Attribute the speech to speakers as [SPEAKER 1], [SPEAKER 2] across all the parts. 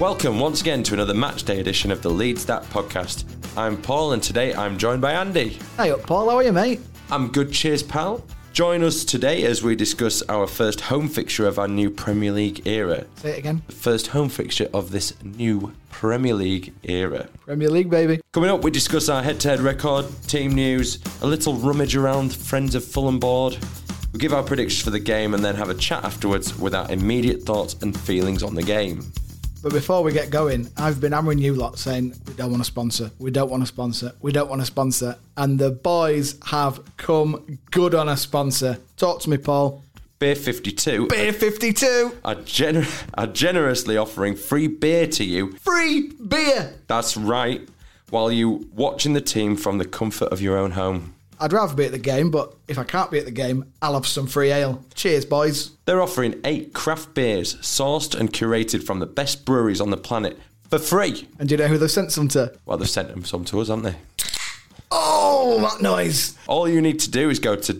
[SPEAKER 1] Welcome once again to another match day edition of the Leeds That podcast. I'm Paul and today I'm joined by Andy.
[SPEAKER 2] Hey up, Paul. How are you, mate?
[SPEAKER 1] I'm good, cheers, pal. Join us today as we discuss our first home fixture of our new Premier League era.
[SPEAKER 2] Say it again.
[SPEAKER 1] First home fixture of this new Premier League era.
[SPEAKER 2] Premier League, baby.
[SPEAKER 1] Coming up, we discuss our head to head record, team news, a little rummage around Friends of Fulham board. We give our predictions for the game and then have a chat afterwards with our immediate thoughts and feelings on the game.
[SPEAKER 2] But before we get going, I've been hammering you lot saying we don't want to sponsor, we don't want to sponsor, we don't want to sponsor, and the boys have come good on a sponsor. Talk to me, Paul.
[SPEAKER 1] Beer 52
[SPEAKER 2] Beer fifty-two,
[SPEAKER 1] are, gener- are generously offering free beer to you.
[SPEAKER 2] free beer.
[SPEAKER 1] That's right, while you watching the team from the comfort of your own home.
[SPEAKER 2] I'd rather be at the game, but if I can't be at the game, I'll have some free ale. Cheers, boys.
[SPEAKER 1] They're offering eight craft beers sourced and curated from the best breweries on the planet for free.
[SPEAKER 2] And do you know who they've sent some to?
[SPEAKER 1] Well, they've sent them some to us, haven't they?
[SPEAKER 2] Oh, that noise!
[SPEAKER 1] All you need to do is go to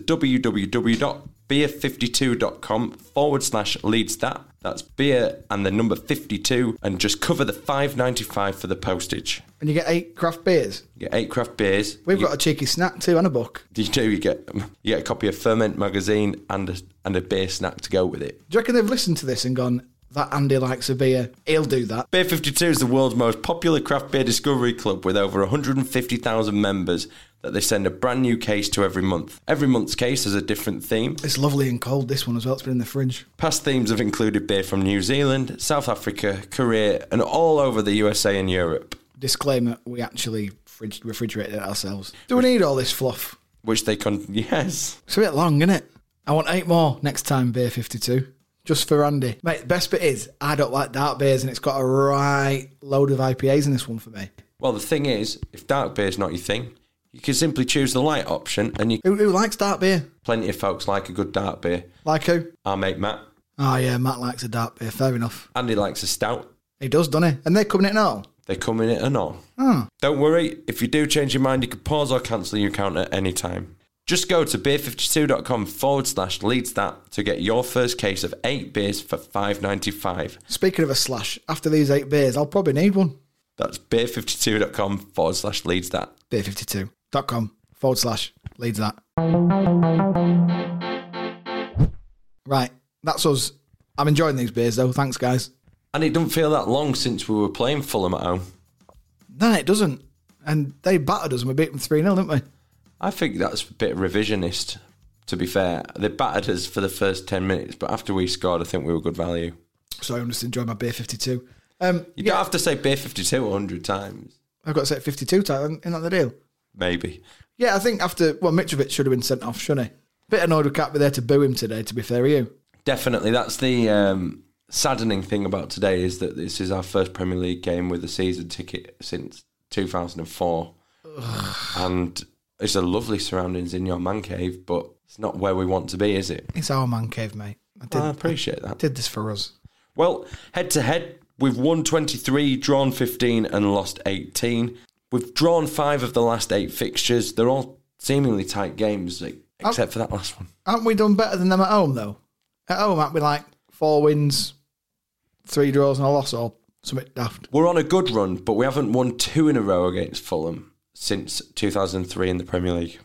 [SPEAKER 1] www.beer52.com forward slash leads that. That's beer and the number 52 and just cover the 5.95 for the postage.
[SPEAKER 2] And you get eight craft beers.
[SPEAKER 1] You get eight craft beers.
[SPEAKER 2] We've
[SPEAKER 1] You-
[SPEAKER 2] got a cheeky snack too and a book.
[SPEAKER 1] Do you do? You get you get a copy of Ferment magazine and a, and a beer snack to go with it.
[SPEAKER 2] Do you reckon they've listened to this and gone, that Andy likes a beer? He'll do that.
[SPEAKER 1] Beer 52 is the world's most popular craft beer discovery club with over 150,000 members that they send a brand new case to every month. Every month's case has a different theme.
[SPEAKER 2] It's lovely and cold, this one as well. It's been in the fridge.
[SPEAKER 1] Past themes have included beer from New Zealand, South Africa, Korea, and all over the USA and Europe,
[SPEAKER 2] Disclaimer we actually fridge- refrigerated it ourselves. Do we need all this fluff?
[SPEAKER 1] which they con. Yes.
[SPEAKER 2] It's a bit long, isn't it? I want eight more next time, beer 52. Just for Andy. Mate, the best bit is, I don't like dark beers and it's got a right load of IPAs in this one for me.
[SPEAKER 1] Well, the thing is, if dark beer's not your thing, you can simply choose the light option, and you
[SPEAKER 2] Who, who likes dark beer?
[SPEAKER 1] plenty of folks like a good dark beer.
[SPEAKER 2] Like who?
[SPEAKER 1] Our mate Matt.
[SPEAKER 2] Oh, yeah, Matt likes a dark beer. Fair enough.
[SPEAKER 1] Andy likes a stout.
[SPEAKER 2] He does, doesn't he? And they're coming in all.
[SPEAKER 1] They come in it and all.
[SPEAKER 2] Oh.
[SPEAKER 1] Don't worry, if you do change your mind, you can pause or cancel your account at any time. Just go to beer52.com forward slash leads that to get your first case of eight beers for five ninety five.
[SPEAKER 2] Speaking of a slash, after these eight beers, I'll probably need one.
[SPEAKER 1] That's beer52.com forward slash leads that.
[SPEAKER 2] beer52.com forward slash leads that. Right, that's us. I'm enjoying these beers though. Thanks, guys.
[SPEAKER 1] And it doesn't feel that long since we were playing Fulham at home.
[SPEAKER 2] No, it doesn't. And they battered us and we beat them 3 0, didn't we?
[SPEAKER 1] I think that's a bit revisionist, to be fair. They battered us for the first 10 minutes, but after we scored, I think we were good value.
[SPEAKER 2] Sorry, I'm just enjoying my beer 52. Um,
[SPEAKER 1] You don't have to say beer 52 100 times,
[SPEAKER 2] I've got to say 52 title, isn't that the deal?
[SPEAKER 1] maybe.
[SPEAKER 2] Yeah, I think after, well, Mitrovic should have been sent off, shouldn't he? Bit annoyed we can't be there to boo him today, to be fair with you.
[SPEAKER 1] Definitely, that's the um, saddening thing about today is that this is our first Premier League game with a season ticket since 2004, and it's a lovely surroundings in your man cave, but it's not where we want to be, is it?
[SPEAKER 2] It's our man cave, mate. I did,
[SPEAKER 1] I appreciate that.
[SPEAKER 2] did this for us.
[SPEAKER 1] Well, head to head, we've won 23, drawn 15, and lost 18. We've drawn five of the last eight fixtures. They're all seemingly tight games, like, except for that last one.
[SPEAKER 2] Haven't we done better than them at home though? At home, aren't we like four wins, three draws and a loss or something daft?
[SPEAKER 1] We're on a good run, but we haven't won two in a row against Fulham. since 2003 in the Premier League.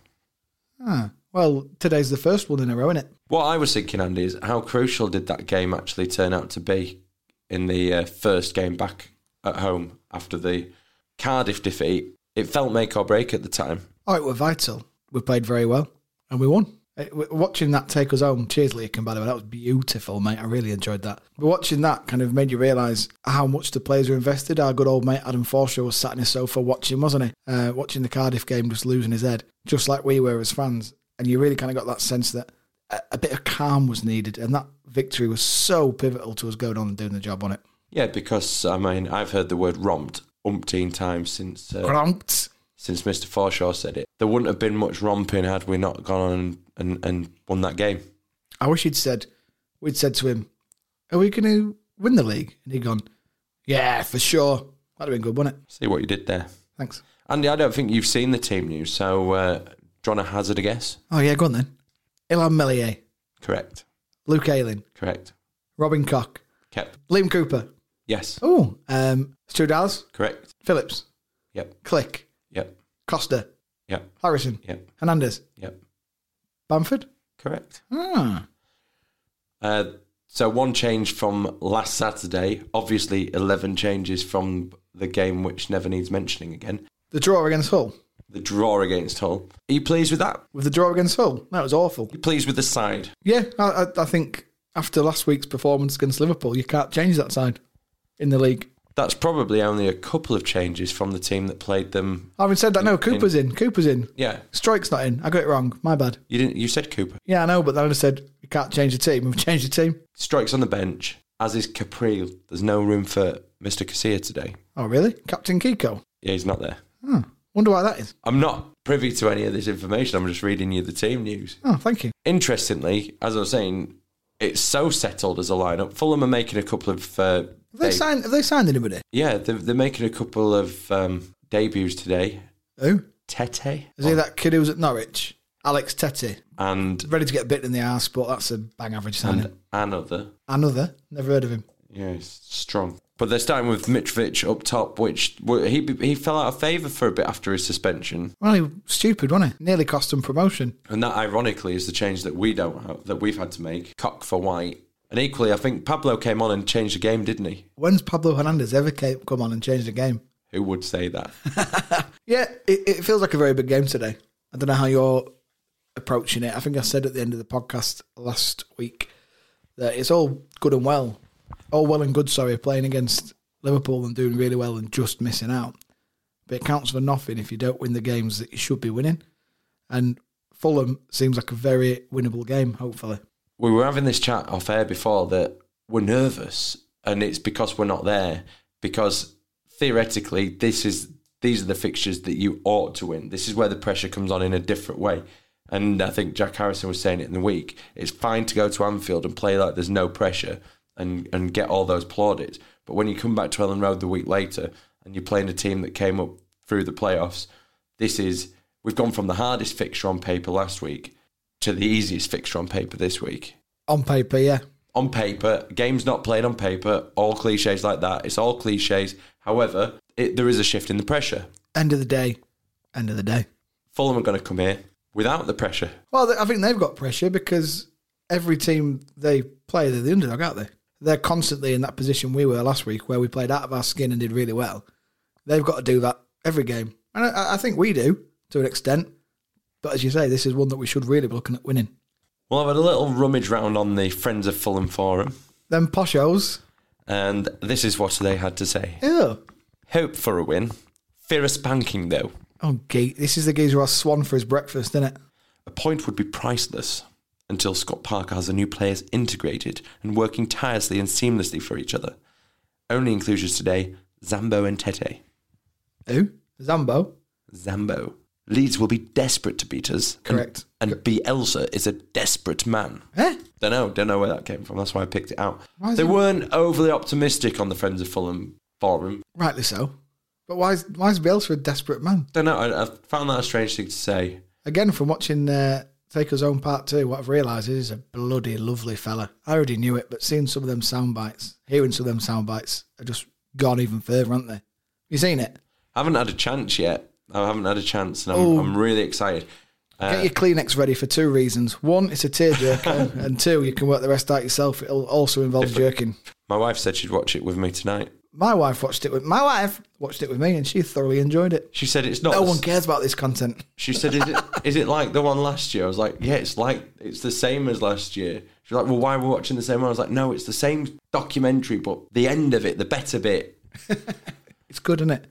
[SPEAKER 2] Ah, well, today's the first one in a row, isn't it?
[SPEAKER 1] What I was thinking, Andy, is how crucial did that game actually turn out to be in the uh, first game back at home after the Cardiff defeat? It felt make or break at the time.
[SPEAKER 2] Oh, it were vital. We played very well and we won. Uh, w- Watching that take us home, cheers, Leakin, by the way, that was beautiful, mate. I really enjoyed that. But watching that kind of made you realise how much the players were invested. Our good old mate Adam Forshaw was sat in his sofa watching, wasn't he? Uh, watching the Cardiff game, just losing his head, just like we were as fans. And you really kind of got that sense that a, a bit of calm was needed. And that victory was so pivotal to us going on and doing the job on it.
[SPEAKER 1] Yeah, because I mean, I've heard the word romped umpteen times since uh,
[SPEAKER 2] Grumped.
[SPEAKER 1] since Mr. Forshaw said it. There wouldn't have been much romping had we not gone on and, and, and won that game.
[SPEAKER 2] I wish he'd said, we'd said to him, Are we going to win the league? And he'd gone, Yeah, for sure. That'd have been good, wouldn't it?
[SPEAKER 1] See what you did there.
[SPEAKER 2] Thanks.
[SPEAKER 1] Andy, I don't think you've seen the team news, so uh, do you want to hazard a guess?
[SPEAKER 2] Oh, yeah, go on then. Ilan Melier,
[SPEAKER 1] Correct.
[SPEAKER 2] Luke Ayling,
[SPEAKER 1] Correct.
[SPEAKER 2] Robin Koch,
[SPEAKER 1] Kept.
[SPEAKER 2] Liam Cooper.
[SPEAKER 1] Yes.
[SPEAKER 2] Oh, um, Stu Dallas,
[SPEAKER 1] Correct.
[SPEAKER 2] Phillips,
[SPEAKER 1] Yep.
[SPEAKER 2] Click,
[SPEAKER 1] Yep.
[SPEAKER 2] Costa,
[SPEAKER 1] Yep.
[SPEAKER 2] Harrison,
[SPEAKER 1] Yep.
[SPEAKER 2] Hernandez,
[SPEAKER 1] Yep.
[SPEAKER 2] Bamford.
[SPEAKER 1] Correct.
[SPEAKER 2] Ah,
[SPEAKER 1] Uh, so one change from last Saturday. Obviously, eleven changes from the game, which never needs mentioning again.
[SPEAKER 2] the draw against Hull.
[SPEAKER 1] The draw against Hull. Are you pleased with that? Are
[SPEAKER 2] With the draw against Hull, that was awful.
[SPEAKER 1] you pleased with the side?
[SPEAKER 2] Yeah, I, I, I think after last week's performance against Liverpool, you can't change that side in the league.
[SPEAKER 1] That's probably only a couple of changes from the team that played them.
[SPEAKER 2] Having said that, no, Cooper's in. Cooper's in.
[SPEAKER 1] Yeah,
[SPEAKER 2] Strike's not in. I got it wrong. My bad.
[SPEAKER 1] you didn't. You said Cooper.
[SPEAKER 2] Yeah, I know, but then I said, you can't change the team. We've changed the team.
[SPEAKER 1] Strikes on the bench, as is Caprile. There's no room for Mr. Casilla today.
[SPEAKER 2] Oh, really? Captain Kiko?
[SPEAKER 1] Yeah, he's not there.
[SPEAKER 2] Hmm. Wonder why that is.
[SPEAKER 1] I'm not privy to any of this information. I'm just reading you the team news.
[SPEAKER 2] Oh, thank you.
[SPEAKER 1] Interestingly, as I was saying, it's so settled as a lineup. Fulham are making a couple of uh,
[SPEAKER 2] Have they,
[SPEAKER 1] they-
[SPEAKER 2] signed, have they signed anybody?
[SPEAKER 1] yeah, they're, they're making a couple of um, debuts today.
[SPEAKER 2] Who?
[SPEAKER 1] Tete
[SPEAKER 2] Is he that kid who was at Norwich? Alex Tete.
[SPEAKER 1] and
[SPEAKER 2] Ready to get bitten in the arse, but that's a bang average signing.
[SPEAKER 1] and another.
[SPEAKER 2] Another? Never heard of him.
[SPEAKER 1] Yeah, he's strong. But they're starting with Mitrovic up top, which well, he he fell out of favour for a bit after his suspension,
[SPEAKER 2] Well, he was stupid, wasn't he? Nearly cost him promotion.
[SPEAKER 1] and that ironically is the change that we don't have, that we've had to make. Cock for White, and equally, I think Pablo came on and changed the game, didn't he?
[SPEAKER 2] When's Pablo Hernandez ever came, come on and changed the game?
[SPEAKER 1] Who would say that?
[SPEAKER 2] Yeah, it, it feels like a very big game today. I don't know how you're approaching it. I think I said at the end of the podcast last week that it's all good and well, all well and good. Sorry, playing against Liverpool and doing really well and just missing out, but it counts for nothing if you don't win the games that you should be winning. And Fulham seems like a very winnable game. Hopefully,
[SPEAKER 1] we were having this chat off air before that we're nervous and it's because we're not there because theoretically this is these are the fixtures that you ought to win this is where the pressure comes on in a different way and i think jack harrison was saying it in the week it's fine to go to anfield and play like there's no pressure and and get all those plaudits but when you come back to ellen road the week later and you're playing a team that came up through the playoffs this is we've gone from the hardest fixture on paper last week to the easiest fixture on paper this week.
[SPEAKER 2] on paper, yeah,
[SPEAKER 1] On paper, games not played on paper, all cliches like that. It's all cliches. However, it, there is a shift in the pressure.
[SPEAKER 2] end of the day, end of the day.
[SPEAKER 1] Fulham are going to come here without the pressure.
[SPEAKER 2] Well, th- I think they've got pressure because every team they play, they're the underdog, aren't they? They're constantly in that position we were last week, where we played out of our skin and did really well. They've got to do that every game, and I, I think we do to an extent. But as you say, this is one that we should really be looking at winning.
[SPEAKER 1] Well, I've had a little rummage round on the Friends of Fulham forum,
[SPEAKER 2] Then Poshos,
[SPEAKER 1] and this is what they had to say.
[SPEAKER 2] ew.
[SPEAKER 1] Hope for a win. Fear a spanking, though.
[SPEAKER 2] oh gee, this is the geezer who has swan for his breakfast, isn't it?
[SPEAKER 1] A point would be priceless until Scott Parker has the new players integrated and working tirelessly and seamlessly for each other. Only inclusions today Zambo and Tete.
[SPEAKER 2] Who? Zambo,
[SPEAKER 1] Zambo. Leeds will be desperate to beat us.
[SPEAKER 2] correct?
[SPEAKER 1] And Bielsa is a desperate man.
[SPEAKER 2] Eh?
[SPEAKER 1] Don't know, don't know where that came from. That's why I picked it out.
[SPEAKER 2] Why is
[SPEAKER 1] they
[SPEAKER 2] it-
[SPEAKER 1] weren't overly optimistic on the Friends of Fulham forum.
[SPEAKER 2] Rightly so. But why is why is Bielsa a desperate man?
[SPEAKER 1] Don't know. I, I found that a strange thing to say.
[SPEAKER 2] again from watching uh, Take Us Home Part Two, what I've realised is he's a bloody lovely fella. I already knew it, but seeing some of them sound bites, hearing some of them sound bites, are just gone even further, aren't they? You seen it?
[SPEAKER 1] Haven't had a chance yet. I haven't had a chance, and I'm,
[SPEAKER 2] Oh.
[SPEAKER 1] I'm really excited.
[SPEAKER 2] Get your Kleenex ready for two reasons. One, it's a tearjerker, and two, you can work the rest out yourself. It'll also involve jerking.
[SPEAKER 1] My wife said she'd watch it with me tonight.
[SPEAKER 2] My wife watched it with my wife watched it with me, and she thoroughly enjoyed it.
[SPEAKER 1] She said it's not.
[SPEAKER 2] No
[SPEAKER 1] the
[SPEAKER 2] one
[SPEAKER 1] s-
[SPEAKER 2] cares about this content.
[SPEAKER 1] She said, "Is it is it like the one last year?" I was like, "Yeah, it's like it's the same as last year." She's like, "Well, why we're watching the same one?" I was like, "No, it's the same documentary, but the end of it, the better bit."
[SPEAKER 2] It's good, isn't it?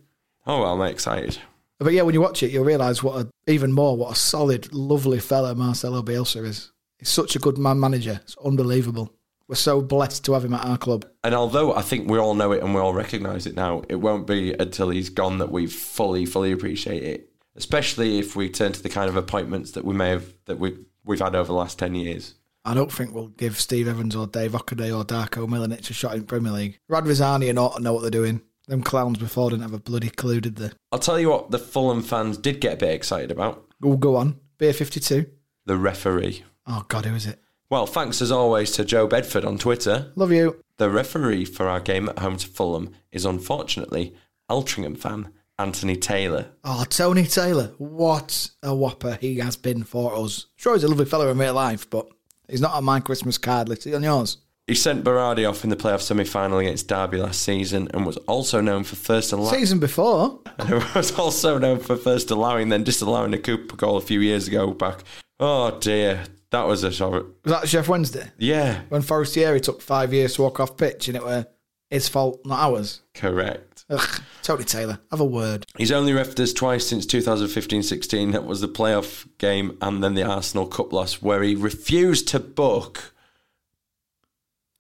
[SPEAKER 1] Oh, well, I'm excited.
[SPEAKER 2] But yeah, when you watch it, you'll realise what a, even more what a solid, lovely fella Marcelo Bielsa is. He's such a good man manager. It's unbelievable. We're so blessed to have him at our club.
[SPEAKER 1] And although I think we all know it and we all recognise it now, it won't be until he's gone that we fully, fully appreciate it. Especially if we turn to the kind of appointments that we may have that we we've had over the last ten years.
[SPEAKER 2] I don't think we'll give Steve Evans or Dave Ockaday or Darko Milanic a shot in Premier League. Radvazani and Orton know what they're doing. Them clowns before didn't have a bloody clue, did they?
[SPEAKER 1] I'll tell you what, the Fulham fans did get a bit excited about
[SPEAKER 2] We'll go on. Beer 52.
[SPEAKER 1] the referee.
[SPEAKER 2] Oh, God, who is it?
[SPEAKER 1] Well, thanks as always to Joe Bedford on Twitter.
[SPEAKER 2] Love you.
[SPEAKER 1] The referee for our game at home to Fulham is unfortunately Altrincham fan Anthony Taylor.
[SPEAKER 2] Oh, Tony Taylor. What a whopper he has been for us. Sure, he's a lovely fellow in real life, but he's not on my Christmas card list. He's on yours.
[SPEAKER 1] He sent Berardi off in the playoff semi final against Derby last season and was also known for first allowing
[SPEAKER 2] Season before.
[SPEAKER 1] was also known for first allowing then disallowing a Cooper goal a few years ago back. Oh dear. That was a sort of-
[SPEAKER 2] Was that Chef Wednesday?
[SPEAKER 1] Yeah,
[SPEAKER 2] When Forestieri took five years to walk off pitch and it were his fault, not ours.
[SPEAKER 1] correct.
[SPEAKER 2] Ugh, Tony Taylor, have a word.
[SPEAKER 1] He's only refed us twice since 2015-16. That was the playoff game and then the Arsenal Cup loss where he refused to book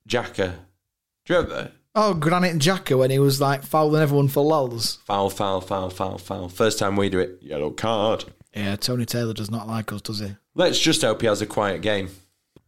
[SPEAKER 1] Jacker. Do you remember?
[SPEAKER 2] Oh, Granite Jacker when he was like fouling everyone for lulls.
[SPEAKER 1] Foul, foul, foul, foul, foul. First time we do it, yellow card.
[SPEAKER 2] Yeah, Tony Taylor does not like us, does he?
[SPEAKER 1] Let's just hope he has a quiet game.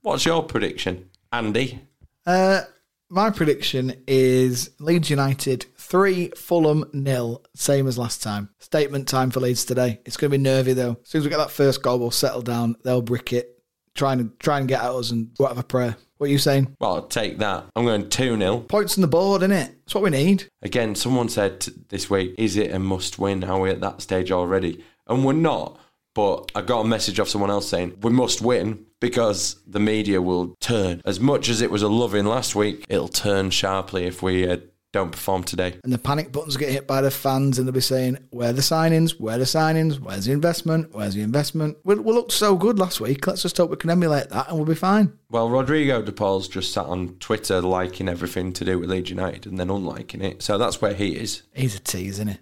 [SPEAKER 1] What's your prediction, Andy?
[SPEAKER 2] Uh, my prediction is Leeds United 3, Fulham nil, same as last time. Statement time for Leeds today. It's going to be nervy though. As soon as we get that first goal, we'll settle down. They'll brick it, try and, try and get at us and we'll have a prayer. What are you saying?
[SPEAKER 1] Well, I'll take that. I'm going 2 0.
[SPEAKER 2] Points on the board, innit? That's what we need.
[SPEAKER 1] Again, someone said this week, is it a must win? Are we at that stage already? And we're not. But I got a message off someone else saying, we must win because the media will turn. As much as it was a loving last week, it'll turn sharply if we uh, don't perform today.
[SPEAKER 2] and the panic buttons get hit by the fans, and they'll be saying, "Where are the signings? Where are the signings? Where's the investment? Where's the investment?" We, we looked so good last week. Let's just hope we can emulate that, and we'll be fine.
[SPEAKER 1] Well, Rodrigo de Paul's just sat on Twitter liking everything to do with Leeds United and then unliking it. So that's where he is.
[SPEAKER 2] He's a tease, isn't he?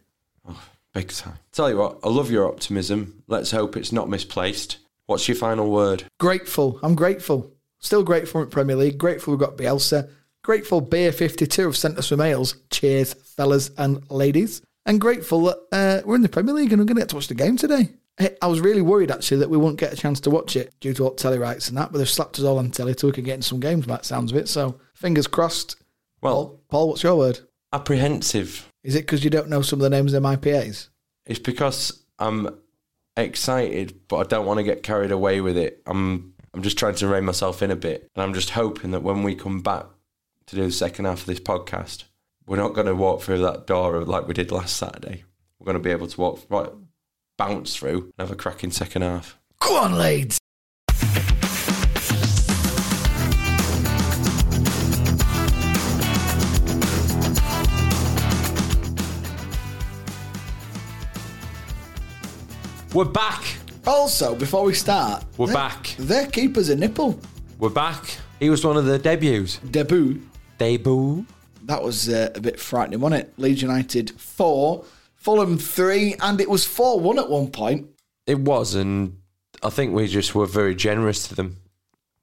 [SPEAKER 1] Oh, Big time. Tell you what, I love your optimism. Let's hope it's not misplaced. What's your final word?
[SPEAKER 2] Grateful. I'm grateful. Still grateful at Premier League. Grateful we've got Bielsa. Grateful Beer 52 have sent us some mails. Cheers, fellas and ladies. And grateful that uh, we're in the Premier League and we're going to get to watch the game today. Hey, I was really worried actually that we wouldn't get a chance to watch it due to all telly rights and that, but they've slapped us all on telly so we can get in some games by the sounds of it. So fingers crossed.
[SPEAKER 1] Well,
[SPEAKER 2] Paul, Paul, what's your word?
[SPEAKER 1] apprehensive.
[SPEAKER 2] Is it because you don't know some of the names of MIPAs?
[SPEAKER 1] It's because I'm excited, but I don't want to get carried away with it. I'm I'm just trying to rein myself in a bit, and I'm just hoping that when we come back to do the second half of this podcast, we're not going to walk through that door like we did last Saturday. We're going to be able to walk right, bounce through, and have a cracking second half.
[SPEAKER 2] Go on, Leeds!
[SPEAKER 1] We're back.
[SPEAKER 2] Also, before we start,
[SPEAKER 1] We're
[SPEAKER 2] their-
[SPEAKER 1] back.
[SPEAKER 2] Their keeper's a nipple.
[SPEAKER 1] We're back. He was one of the debuts.
[SPEAKER 2] Debut.
[SPEAKER 1] Debut.
[SPEAKER 2] That was uh, a bit frightening, wasn't it? Leeds United four, Fulham three, and it was four one at one point.
[SPEAKER 1] It was, and I think we just were very generous to them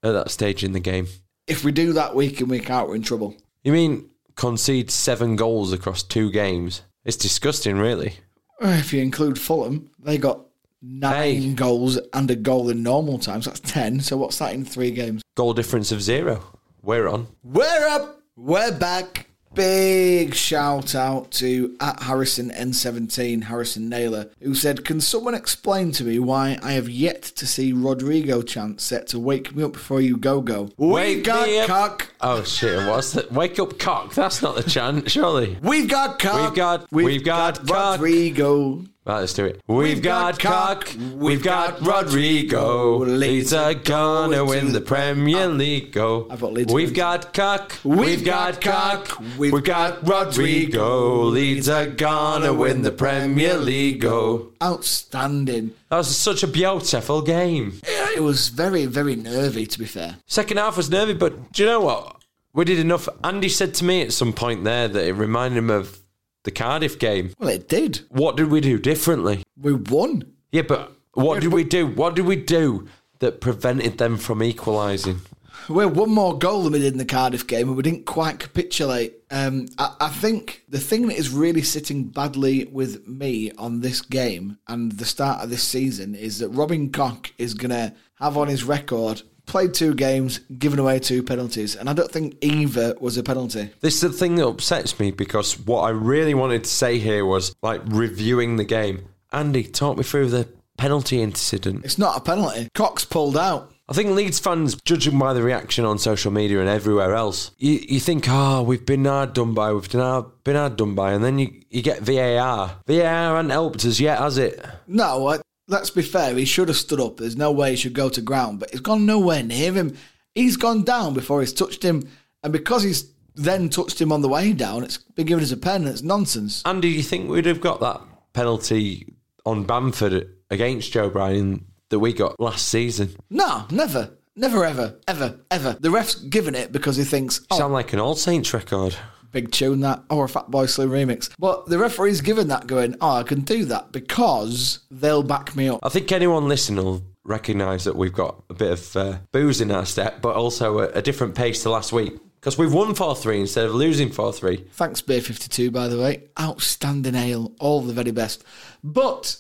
[SPEAKER 1] at that stage in the game.
[SPEAKER 2] If we do that week in week out, we're in trouble.
[SPEAKER 1] You mean concede seven goals across two games? It's disgusting, really.
[SPEAKER 2] Uh, If you include Fulham, they got nine
[SPEAKER 1] Hey.
[SPEAKER 2] goals and a goal in normal times. That's ten. So what's that in three games?
[SPEAKER 1] Goal difference of zero. We're on.
[SPEAKER 2] We're up. We're back. Big shout out to at Harrison N17 Harrison Naylor, who said, "Can someone explain to me why I have yet to see Rodrigo chant set to wake me up before you go go? We
[SPEAKER 1] Wake
[SPEAKER 2] got
[SPEAKER 1] me up.
[SPEAKER 2] cock.
[SPEAKER 1] Oh shit! What's that? Wake up, cock. That's not the chant, surely.
[SPEAKER 2] We've got cock.
[SPEAKER 1] We've got- we've got cock.
[SPEAKER 2] Rodrigo.
[SPEAKER 1] Right, let's do it. We've got
[SPEAKER 3] got
[SPEAKER 1] Cock,
[SPEAKER 3] Cock,
[SPEAKER 1] we've got Rodrigo. Leeds are gonna win the Premier League. Go.
[SPEAKER 3] I've got Leeds
[SPEAKER 1] We've
[SPEAKER 3] win.
[SPEAKER 1] got Cock, we've got Cock, we've got Rodrigo. Leeds are gonna win the Premier League. Go.
[SPEAKER 2] Outstanding.
[SPEAKER 1] That was such a beautiful game.
[SPEAKER 2] Yeah, It was very, very nervy, to be fair.
[SPEAKER 1] Second half was nervy, but do you know what? We did enough. Andy said to me at some point there that it reminded him of the Cardiff game.
[SPEAKER 2] Well, it did.
[SPEAKER 1] What did we do differently?
[SPEAKER 2] We won.
[SPEAKER 1] Yeah, but what did we do? What did we do that prevented them from equalising?
[SPEAKER 2] We had one more goal than we did in the Cardiff game, and we didn't quite capitulate. Um, I, I think the thing that is really sitting badly with me on this game and the start of this season is that Robin Koch is going to have on his record played two games, given away two penalties, and I don't think either was a penalty.
[SPEAKER 1] This is the thing that upsets me because what I really wanted to say here was like reviewing the game. Andy, talk me through the penalty incident.
[SPEAKER 2] It's not a penalty. Cox pulled out.
[SPEAKER 1] I think Leeds fans, judging by the reaction on social media and everywhere else, you, you think, oh, we've been hard done by, we've been hard, been hard done by, and then you, you get VAR. VAR hasn't helped us yet, has it?
[SPEAKER 2] No, I, let's be fair. He should have stood up. There's no way he should go to ground, but he's gone nowhere near him. He's gone down before he's touched him, and because he's then touched him on the way down, it's been given as a pen, and it's nonsense.
[SPEAKER 1] Andy, do you think we'd have got that penalty on Bamford against Joe Bryan that we got last season?
[SPEAKER 2] No, never, never, ever, ever, ever. The ref's given it because he thinks, oh,
[SPEAKER 1] Sound like an All Saints record.
[SPEAKER 2] big tune that, or a Fat Boy Slim remix. But the referee's given that, going, oh, I can do that because they'll back me up.
[SPEAKER 1] I think anyone listening will recognise that we've got a bit of uh, booze in our step, but also a, a different pace to last week because we've won 4 3 instead of losing 4 3.
[SPEAKER 2] Thanks, Beer 52, by the way. Outstanding ale. All the very best. But,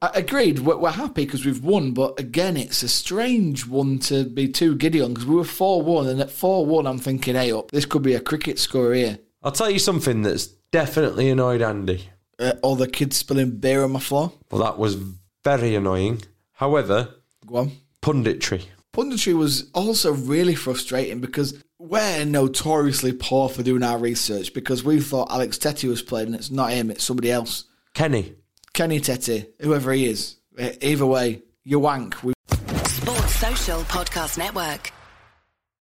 [SPEAKER 2] I agreed, we're, we're happy because we've won. But again, it's a strange one to be too giddy on because we were 4 1. And at 4 1, I'm thinking, hey, up, this could be a cricket score here.
[SPEAKER 1] I'll tell you something that's definitely annoyed Andy.
[SPEAKER 2] Uh, all the kids spilling beer on my floor.
[SPEAKER 1] Well, that was very annoying. However,
[SPEAKER 2] Go on.
[SPEAKER 1] punditry.
[SPEAKER 2] Punditry was also really frustrating because we're notoriously poor for doing our research because we thought Alex Tetty was playing and it's not him, it's somebody else.
[SPEAKER 1] Kenny,
[SPEAKER 2] Kenny Tetty, whoever he is. E- Either way, you wank. We
[SPEAKER 4] Sports Social Podcast Network.